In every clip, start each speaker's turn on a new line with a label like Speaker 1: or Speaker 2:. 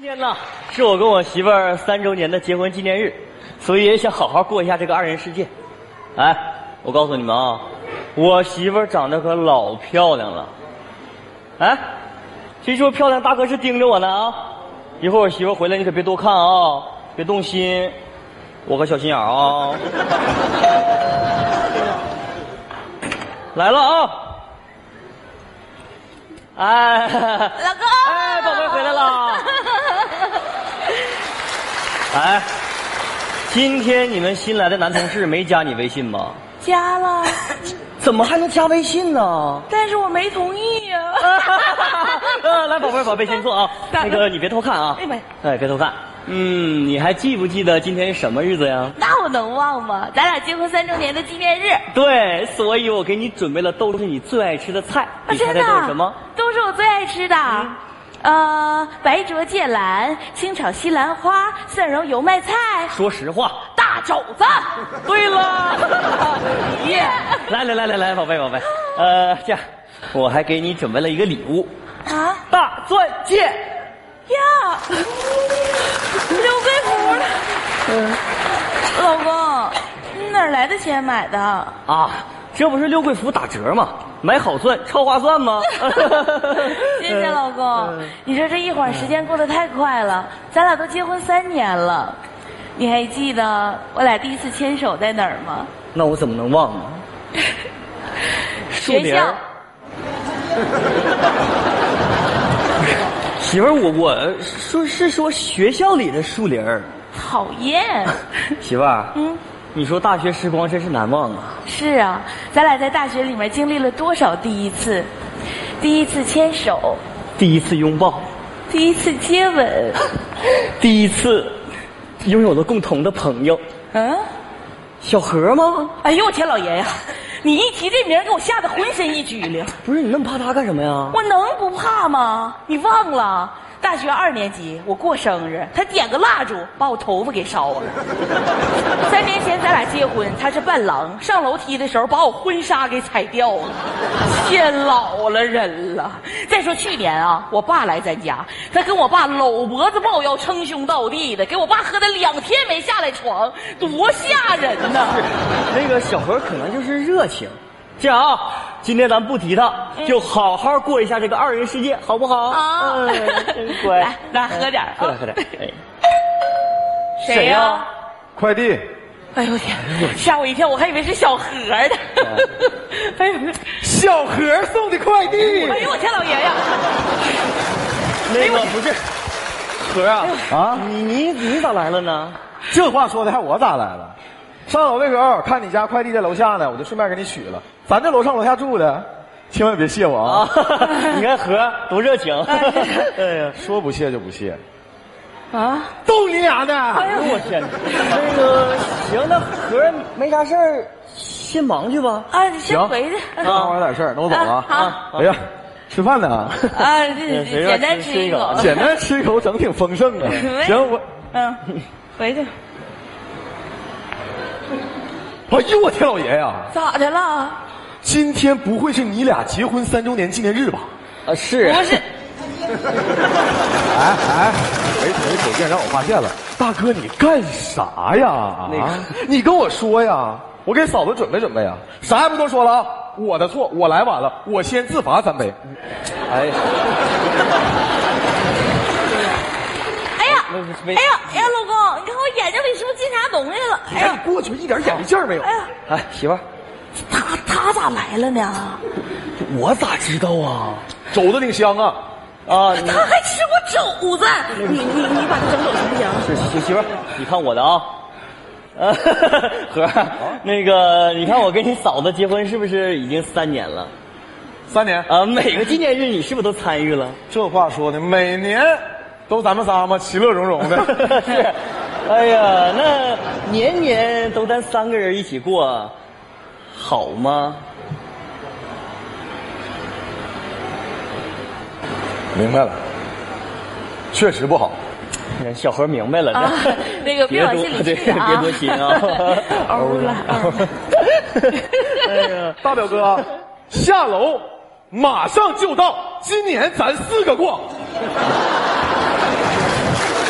Speaker 1: 天呢，是我跟我媳妇儿三周年的结婚纪念日，所以也想好好过一下这个二人世界。哎，我告诉你们啊，我媳妇儿长得可老漂亮了。哎，谁说漂亮大哥是盯着我呢啊？一会儿我媳妇儿回来，你可别多看啊，别动心，我可小心眼儿啊。 来了啊！哎，
Speaker 2: 老公，
Speaker 1: 哎，宝贝儿回来 了。哎，今天你们新来的男同事没加你微信吗？
Speaker 2: 加了，
Speaker 1: 怎么还能加微信 呢？
Speaker 2: 但是我没同意呀、
Speaker 1: 啊来，宝贝儿，宝贝，先坐啊。那个，你别偷看啊
Speaker 2: 哎呀妈呀。
Speaker 1: 哎，别偷看。嗯，你还记不记得今天是什么日子呀？
Speaker 2: 那我能忘吗？咱俩结婚三周年的纪念日，
Speaker 1: 对，所以我给你准备了都是你最爱吃的菜。
Speaker 2: 啊
Speaker 1: 你猜猜
Speaker 2: 真的
Speaker 1: 都是什么？？嗯
Speaker 2: 都是我最爱吃的。呃，白灼芥兰、清炒西兰花、蒜蓉油麦菜、
Speaker 1: 说实话。
Speaker 2: 大肘子。
Speaker 1: 对了。
Speaker 2: 耶！
Speaker 1: 来来来来来，宝贝宝贝，呃，这样，我还给你准备了一个礼物，
Speaker 2: 啊
Speaker 1: 大钻戒。
Speaker 2: 呀，刘飞福了。
Speaker 1: 嗯
Speaker 2: 老公，你哪儿来的钱买的？
Speaker 1: 啊，这不是六贵福打折吗？买好钻超划算 吗？
Speaker 2: 谢谢老公
Speaker 1: 嗯，
Speaker 2: 你说这一晃时间过得太快了，咱俩都结婚三年了，你还记得我俩第一次牵手在哪儿吗？
Speaker 1: 那我怎么能忘呢？树
Speaker 2: 学
Speaker 1: 林
Speaker 2: 校
Speaker 1: 儿。媳妇儿，我我说是说学校里的树林儿。
Speaker 2: 讨 厌。
Speaker 1: 媳妇儿，啊
Speaker 2: 嗯，
Speaker 1: 你说大学时光真是难忘啊！
Speaker 2: 是啊，咱俩在大学里面经历了多少第一次？第一次牵手，
Speaker 1: 第一次拥抱，
Speaker 2: 第一次接吻，
Speaker 1: 第一次拥有了共同的朋友，
Speaker 2: 嗯。
Speaker 1: 小何吗？
Speaker 2: 哎呦我天老爷呀！你一提这名儿，给我吓得浑身一激灵。
Speaker 1: 不是你那么怕他干什么呀？
Speaker 2: 我能不怕吗？你忘了？大学二年级，我过生日，他点个蜡烛把我头发给烧了。 三年前咱俩结婚，他是伴郎，上楼梯的时候把我婚纱给踩掉了，见老了人了。再说去年啊，我爸来咱家，他跟我爸搂脖子抱腰，称兄道弟的，给我爸喝的两天没下来床，多吓人呐！
Speaker 1: 那个小何可能就是热情。这样啊，今天咱不提他，
Speaker 2: 嗯
Speaker 1: 就好好过一下这个二人世界，好不好？
Speaker 2: 啊
Speaker 1: 嗯 真乖。嗯
Speaker 2: 来来喝点儿啊
Speaker 1: 喝点儿喝 点儿。哎
Speaker 2: 谁呀、
Speaker 3: 快递，
Speaker 2: 哎呦我天！吓我一跳，我还以为是小何的。 哎呦，
Speaker 3: 小何送的快递
Speaker 2: 哎呦我天老爷呀！
Speaker 1: 那个不是何啊
Speaker 2: 哎
Speaker 3: 啊！
Speaker 1: 你你你咋来了呢？
Speaker 3: 这话说的还我咋来了？上楼的时候看你家快递在楼下呢，我就顺便给你取了。咱这楼上楼下住的，千万别谢我
Speaker 1: 啊
Speaker 3: 啊！，
Speaker 1: 你看何多热情。哎呀，
Speaker 3: 说不谢就不谢，
Speaker 2: 啊，
Speaker 3: 逗你俩呢。
Speaker 1: 哎呦我 天哪！那个行，那何没啥事儿，先忙去吧。
Speaker 2: 啊，你先
Speaker 3: 行
Speaker 2: 回去。
Speaker 3: 那我还有点事儿，那我走了啊。
Speaker 2: 啊
Speaker 3: 哎呀，吃饭呢，
Speaker 2: 好啊，这
Speaker 1: 谁
Speaker 2: 这
Speaker 1: 让
Speaker 2: 简单
Speaker 1: 吃
Speaker 2: 吃一口。
Speaker 1: 吃
Speaker 3: 简单吃一口，整挺丰盛啊。行，我，
Speaker 2: 嗯，回去。
Speaker 3: 哎呦我天老爷呀，
Speaker 2: 咋的了？
Speaker 3: 今天不会是你俩结婚三周年纪念日吧？
Speaker 1: 啊是
Speaker 2: 不是，
Speaker 3: 哎哎，没没手电让我发现了，大哥你干啥呀？
Speaker 1: 那个
Speaker 3: 啊你跟我说呀，我给嫂子准备准备啊，啥也不多说了啊，我的错，我来晚了，我先自罚三杯。
Speaker 1: 哎呀。
Speaker 2: 哎呀，
Speaker 1: 没没
Speaker 2: 哎
Speaker 1: 没
Speaker 2: 呀，哎呀，老公，你看我眼睛里是不是进啥东西了？
Speaker 3: 你
Speaker 2: 哎
Speaker 3: 看
Speaker 2: 呀，
Speaker 3: 你过去一点眼力劲儿没有
Speaker 2: 哎，呀，
Speaker 1: 哎，媳妇儿，
Speaker 2: 他他咋来了呢？
Speaker 1: 我咋知道啊？
Speaker 3: 肘子挺香啊。
Speaker 1: 啊，你
Speaker 2: 他还吃我肘子，你你你把他整走行不行？
Speaker 1: 是媳媳妇儿，你看我的啊。 呃，和儿那个，你看我跟你嫂子结婚是不是已经三年了？
Speaker 3: 三年，
Speaker 1: 啊，每个纪念日你是不是都参与了？
Speaker 3: 这话说的，每年都咱们仨嘛，其乐融融的。
Speaker 1: 是，哎呀，那年年都咱三个人一起过，好吗？
Speaker 3: 明白了，确实不好。
Speaker 1: 小何明白了，
Speaker 2: 啊
Speaker 1: 这
Speaker 2: 那个别往
Speaker 1: 多
Speaker 2: 心里
Speaker 1: 对
Speaker 2: 去啊。
Speaker 1: 别多心啊
Speaker 2: 哦欧了欧了
Speaker 1: 哎呀，
Speaker 3: 嗯大表哥，啊下楼，马上就到。今年咱四个过。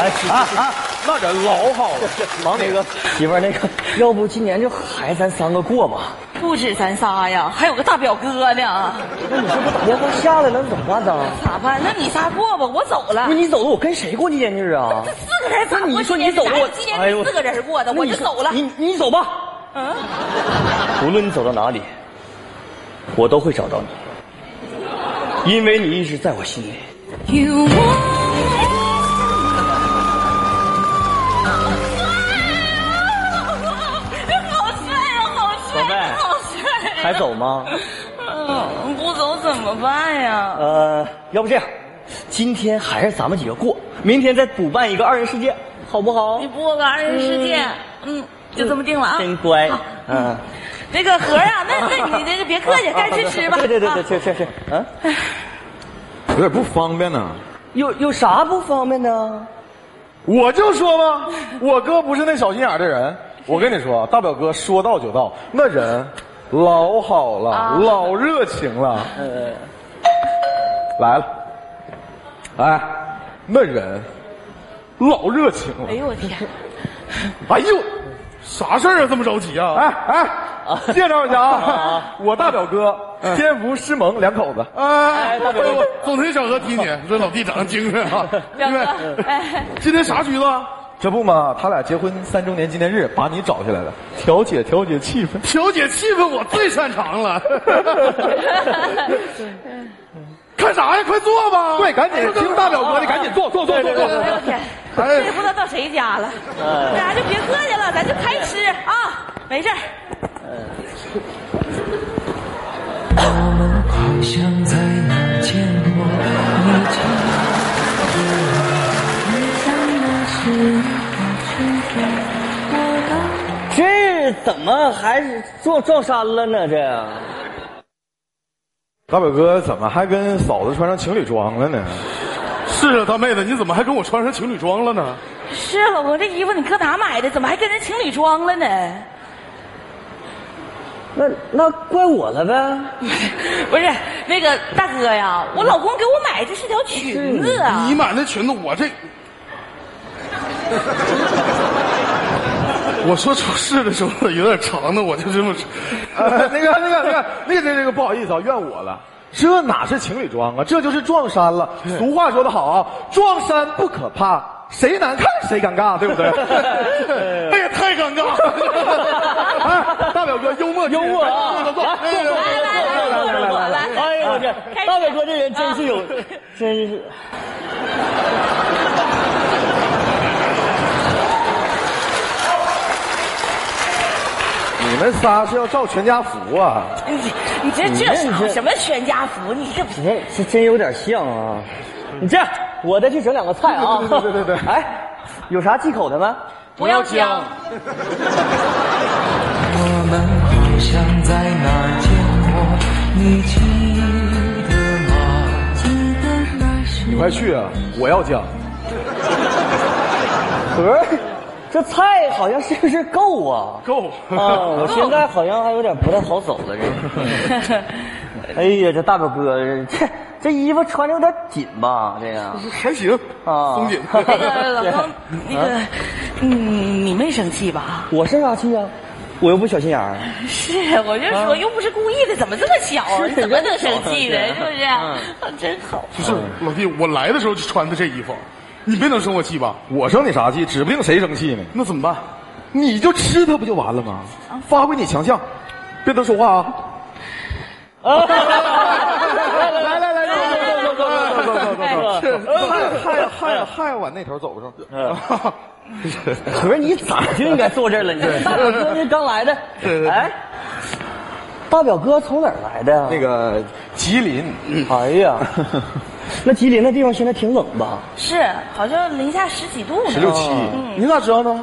Speaker 1: 哎媳妇
Speaker 3: 啊啊，那人老好了，忙哪个？
Speaker 1: 媳妇儿那个，要不今年就还咱三个过吧？
Speaker 2: 不止咱仨呀，还有个大表哥呢，
Speaker 1: 那你这不打电话下来了，你怎么办呢？
Speaker 2: 咋办？那你仨过吧，我走了
Speaker 1: 不是。你走了，我跟谁过纪念日 啊
Speaker 2: 这？四个人咋过？
Speaker 1: 你说你走了，我
Speaker 2: 今年你四个人过的，
Speaker 1: 那
Speaker 2: 我
Speaker 1: 你
Speaker 2: 就
Speaker 1: 说
Speaker 2: 走了。
Speaker 1: 你你走吧，
Speaker 2: 嗯，
Speaker 1: 无论你走到哪里，我都会找到你，因为你一直在我心里。
Speaker 4: You want
Speaker 2: 好帅呀，好帅，
Speaker 1: 宝贝
Speaker 2: 好帅呀！
Speaker 1: 还走吗？
Speaker 2: 嗯，不走怎么办呀？
Speaker 1: 呃，要不这样，今天还是咱们几个过，明天再补办一个二人世界，好不好
Speaker 2: 你？播个二人世界，嗯，就这么定了啊。
Speaker 1: 真乖，嗯，啊
Speaker 2: 那个盒啊，那那你这个别客气，该吃吃吧。
Speaker 1: 对对对对，
Speaker 2: 啊
Speaker 1: 吃吃吃，嗯，
Speaker 3: 有点不方便呢。
Speaker 1: 有有啥不方便呢？
Speaker 3: 我就说吧，我哥不是那小心眼儿的人。我跟你说，大表哥说到就到，那人老好了，
Speaker 2: 啊
Speaker 3: 老热情了。来了，哎，那人老热情了
Speaker 2: 哎。呦我天，
Speaker 3: 哎呦，
Speaker 5: 啥事儿啊？这么着急啊？
Speaker 3: 哎哎，介绍一下啊，我大表哥天福师萌两口子。
Speaker 5: 哎，大哥，我总得想着提你，这老弟长得精神啊。
Speaker 2: 表哥
Speaker 5: 因为，
Speaker 2: 哎，
Speaker 5: 今天啥局子啊？
Speaker 3: 这不嘛，他俩结婚三周年纪念日，把你找下来了，调解调解气氛。
Speaker 5: 调解气氛我最擅长了。看啥呀？快坐吧。
Speaker 3: 对，赶紧听大表哥的，赶紧坐坐坐坐坐。
Speaker 2: 哎呦天，这也不知道到谁家了，大家就别客气了，咱就开吃啊，没事儿。
Speaker 6: 好像在哪见过你这样，
Speaker 4: 你像那是一个春天，我刚。
Speaker 1: 这怎么还是撞撞衫了呢？这
Speaker 3: 大表哥怎么还跟嫂子穿上情侣装了呢？
Speaker 5: 是啊，大妹子，你怎么还跟我穿上情侣装了呢？
Speaker 2: 是啊，老公，这衣服你搁哪买的？怎么还跟人情侣装了呢？
Speaker 1: 那那怪我了呗？
Speaker 2: 不是那个大哥呀，我老公给我买的是条裙子啊。
Speaker 5: 你买那裙子，我这。我说出事的时候有点长的，我就这么说。
Speaker 3: 呃， 那个那个那个那个那个那个不好意思啊，怨我了。这哪是情侣装啊，这就是撞衫了。俗话说得好啊，撞衫不可怕，谁难看谁尴尬，对不 对？
Speaker 5: 哎呀，太尴尬了。
Speaker 3: 哎，大表哥幽默幽默
Speaker 1: 啊
Speaker 3: 坐坐坐
Speaker 2: 来
Speaker 3: 坐哎
Speaker 2: 来来来，坐着坐，来来。
Speaker 1: 哎呦我天，大伟哥这人真是有，真是。
Speaker 3: 你们仨是要照全家福啊？
Speaker 2: 你你这这
Speaker 1: 你
Speaker 2: 啥
Speaker 1: 这
Speaker 2: 什么全家福？你这不
Speaker 1: 哎，这真有点像啊！你这样，我再去整两个菜啊！
Speaker 3: 对对对对对
Speaker 1: 哎，有啥忌口的吗？
Speaker 2: 不要僵。
Speaker 6: 我们好像在哪儿见过你记得吗？
Speaker 3: 你快去啊！我要讲，
Speaker 1: 盒儿，这菜好像是不是够啊？
Speaker 5: 够。
Speaker 1: 啊，我现在好像还有点不太好走了，这。哎呀，这大表哥，这这衣服穿着有点紧吧？这个
Speaker 5: 还行
Speaker 1: 啊
Speaker 5: 松紧。
Speaker 2: 那个老 公，那个，嗯，你没生气吧？
Speaker 1: 我生啥气啊？我又不小心眼儿。
Speaker 2: 是，我就说又不是故意的，怎么这么巧啊？
Speaker 1: 是
Speaker 2: 你怎么能生气呢？
Speaker 1: 是
Speaker 2: 是不是？啊真好。
Speaker 5: 就是老弟，我来的时候就穿的这衣服，你没能生我气吧？
Speaker 3: 我生你啥气？指不定谁生气呢。
Speaker 5: 那怎么办？
Speaker 3: 你就吃它不就完了吗？发挥你强项，别多说话啊！来来来来来，走走走走走走走，害害害害往那头走不上。
Speaker 1: 盒儿，你早就应该坐这儿了，你 这大表哥您刚来的。哎，大表哥从哪儿来的呀？
Speaker 3: 那个吉林，
Speaker 1: 哎 呀，那吉林那地方现在挺冷吧？
Speaker 2: 是，好像零下十几度呢。嗯
Speaker 3: 十六七，你咋知道的？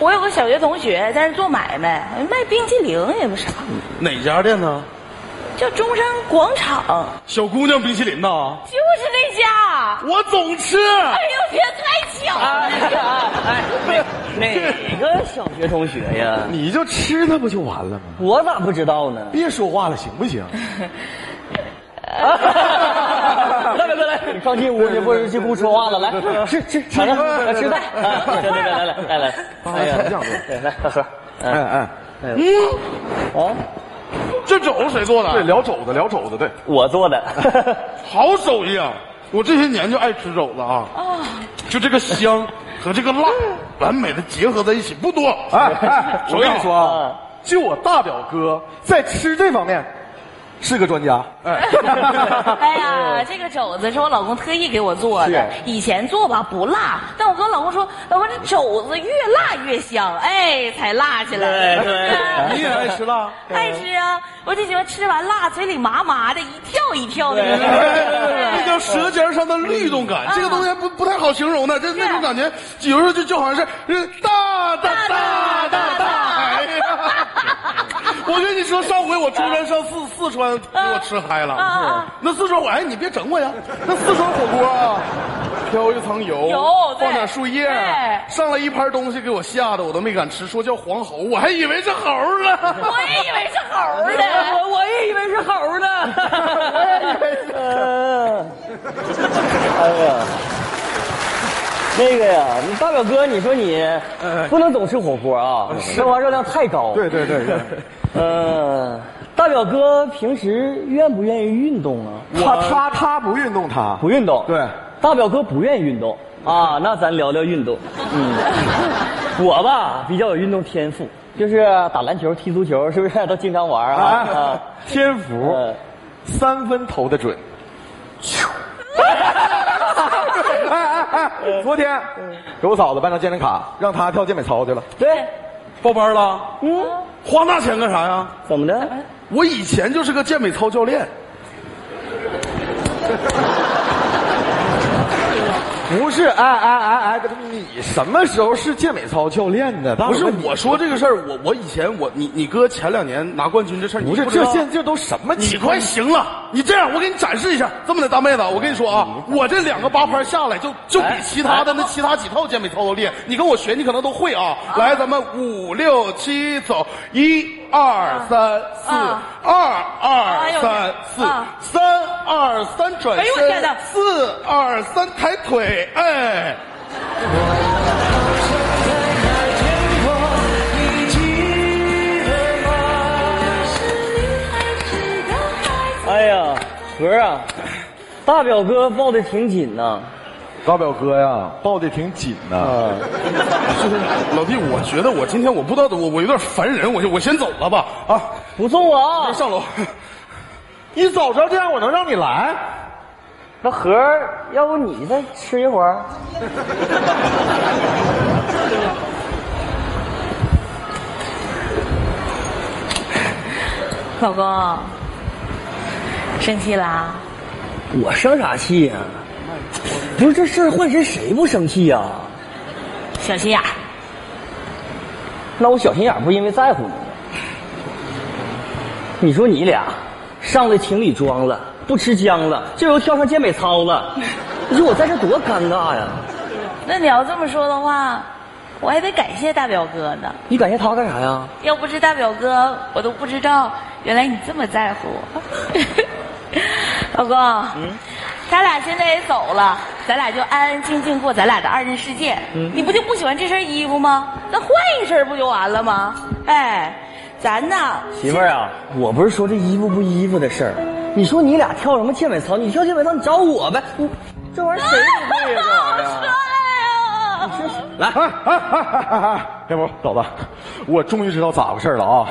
Speaker 2: 我有个小学同学在那儿做买卖，卖冰激凌也不啥，
Speaker 5: 哪家店呢？
Speaker 2: 叫中山广场，
Speaker 5: 小姑娘冰淇淋呐，
Speaker 2: 就是那家。
Speaker 5: 我总吃。
Speaker 2: 哎呦天，太巧了！
Speaker 1: 哎，哪个小学同学呀？
Speaker 3: 你就吃它不就完了吗？
Speaker 1: 我咋不知道呢？
Speaker 3: 别说话了，行不行？
Speaker 1: 来来来来，上进屋去，不是进屋说话了，来吃吃吃饭，来吃饭，来来来来来，哎呀，来大叔，
Speaker 3: 哎
Speaker 1: 哎
Speaker 3: 哎，
Speaker 1: 哦，
Speaker 5: 这肘谁做
Speaker 3: 对，
Speaker 5: 的？
Speaker 3: 聊肘子，聊肘子，对，
Speaker 1: 我做的，
Speaker 5: 好手艺啊！我这些年就爱吃肘子啊。就这个香和这个辣完美的结合在一起，不多。
Speaker 3: 哎哎，我
Speaker 5: 手艺
Speaker 3: 跟
Speaker 5: 好
Speaker 3: 你说啊，就我大表哥在吃这方面是个专家，哎，
Speaker 2: 哎呀，这个肘子是我老公特意给我做的
Speaker 3: 是，
Speaker 2: 以前做吧不辣，但我跟我老公说，老公这肘子越辣越香，哎，才辣起来。
Speaker 1: 对对
Speaker 3: 你也爱吃辣？
Speaker 2: 爱吃啊，我就喜欢吃完辣，嘴里麻麻的，一跳一跳的。
Speaker 1: 对对
Speaker 5: 那
Speaker 2: 哎
Speaker 5: 叫舌尖上的律动
Speaker 2: 嗯
Speaker 5: 感，这个东西还不不太好形容呢。这
Speaker 2: 啊
Speaker 5: 那种感觉，有时候就就好像是呃大大大大大。哎呀， 我跟你说，上回我出差
Speaker 2: 嗯
Speaker 5: 上四四川，给我吃嗨了。那四川我哎，你别整我呀！那四川火锅啊，飘一层油，
Speaker 2: 油对
Speaker 5: 放点树叶
Speaker 2: 对，
Speaker 5: 上来一盘东西，给我吓得我都没敢吃，说叫黄喉，我还以为是猴呢。
Speaker 2: 我也以为是猴儿呢，
Speaker 1: 我也以为是猴呢。 哎呀，那个呀，你大表哥，你说你不能总吃火锅啊，生活热量太高。
Speaker 3: 嗯对对对对，
Speaker 1: 呃，大表哥平时愿不愿意运动啊？
Speaker 3: 他他他不运动，他
Speaker 1: 不运动。
Speaker 3: 对，
Speaker 1: 大表哥不愿意运动啊。那咱聊聊运动。嗯，我吧比较有运动天赋，就是打篮球、踢足球，是不是都经常玩啊？啊
Speaker 3: 啊，天福
Speaker 1: 呃
Speaker 3: 三分投的准。哎哎哎！昨天给我嫂子办张健身卡，让她跳健美操去了。
Speaker 1: 对，
Speaker 5: 报班了，
Speaker 1: 嗯，
Speaker 5: 花那钱干啥呀？
Speaker 1: 怎么的？
Speaker 5: 我以前就是个健美操教练，
Speaker 3: 不是，哎哎哎哎，你什么时候是健美操教练的？大
Speaker 5: 不是
Speaker 3: 伙儿你
Speaker 5: 我说这个事儿，我我以前我你你哥前两年拿冠军这事儿，你
Speaker 3: 不是
Speaker 5: 知
Speaker 3: 这
Speaker 5: 道
Speaker 3: 现这都什么
Speaker 5: 你
Speaker 3: 情况？
Speaker 5: 快行了！你这样，我给你展示一下，这么的，大妹子，我跟你说啊，我这两个八拍下来就就比其他的那其他几套健美操都厉害。你跟我学，你可能都会啊。来，咱们五六七走，一二三四，
Speaker 2: 啊
Speaker 5: 二
Speaker 2: 哎
Speaker 5: 二
Speaker 2: 呦
Speaker 5: 三四
Speaker 2: 啊，
Speaker 5: 三二三转
Speaker 2: 哎呦我天
Speaker 5: 身
Speaker 2: 哪，
Speaker 5: 四二三抬腿，哎。
Speaker 1: 哎呀，盒儿啊，大表哥抱的挺紧呐、
Speaker 3: 大表哥呀，抱的挺紧呐、
Speaker 5: 就是老弟，我觉得我今天我不知道我我有点烦人，我就我先走了吧啊，
Speaker 1: 不送我啊！
Speaker 5: 上楼。
Speaker 3: 你早知道这样，我能让你来。
Speaker 1: 那盒儿，要不你再吃一会儿？
Speaker 2: 老公，生气啊啦、
Speaker 1: 我生啥气呀、不是这事儿换谁谁不生气呀、
Speaker 2: 小心眼儿。
Speaker 1: 那我小心眼儿不因为在乎你吗？你说你俩上了情侣装了，不吃姜了，这又跳上健美操了，你说我在这多尴尬呀！
Speaker 2: 那你要这么说的话，我还得感谢大表哥呢。
Speaker 1: 你感谢他干啥呀？
Speaker 2: 要不是大表哥，我都不知道原来你这么在乎我。 老公，咱俩现在也走了，咱俩就安安静静过咱俩的二人世界。你不就不喜欢这身衣服吗？那换一身不就完了吗？哎，咱呐，
Speaker 1: 媳妇儿啊，我不是说这衣服不衣服的事儿，你说你俩跳什么健美操？你跳健美操，你找我呗。你这玩意儿谁不会呀？
Speaker 2: 好
Speaker 1: 这玩意
Speaker 2: 帅
Speaker 1: 儿。
Speaker 2: 啊！
Speaker 3: 来，哎哎哎哎哎，天福嫂子，我终于知道咋回事了啊！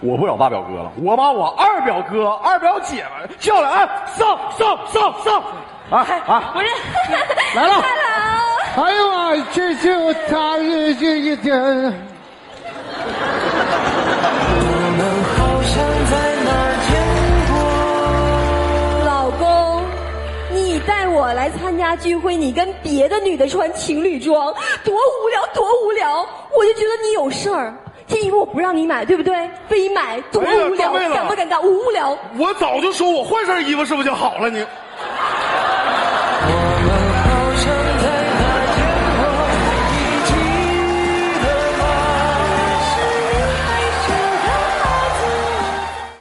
Speaker 3: 我不找大表哥了，我把我二表哥、二表姐们叫来，哎，上上上上！啊啊！
Speaker 2: 不是，
Speaker 1: 来了
Speaker 2: Hello
Speaker 7: 哎呦妈，这这我他这这这，
Speaker 6: 我们好像在哪儿见过。
Speaker 8: 老公，你带我来参加聚会，你跟别的女的穿情侣装，多无聊，多无聊！我就觉得你有事儿。这衣服我不让你买，对不对？非买，多
Speaker 5: 哎呀
Speaker 8: 无聊，
Speaker 5: 到位了
Speaker 8: 尴不尴尬？无聊。
Speaker 5: 我早就说我换身衣服是不是就好了？你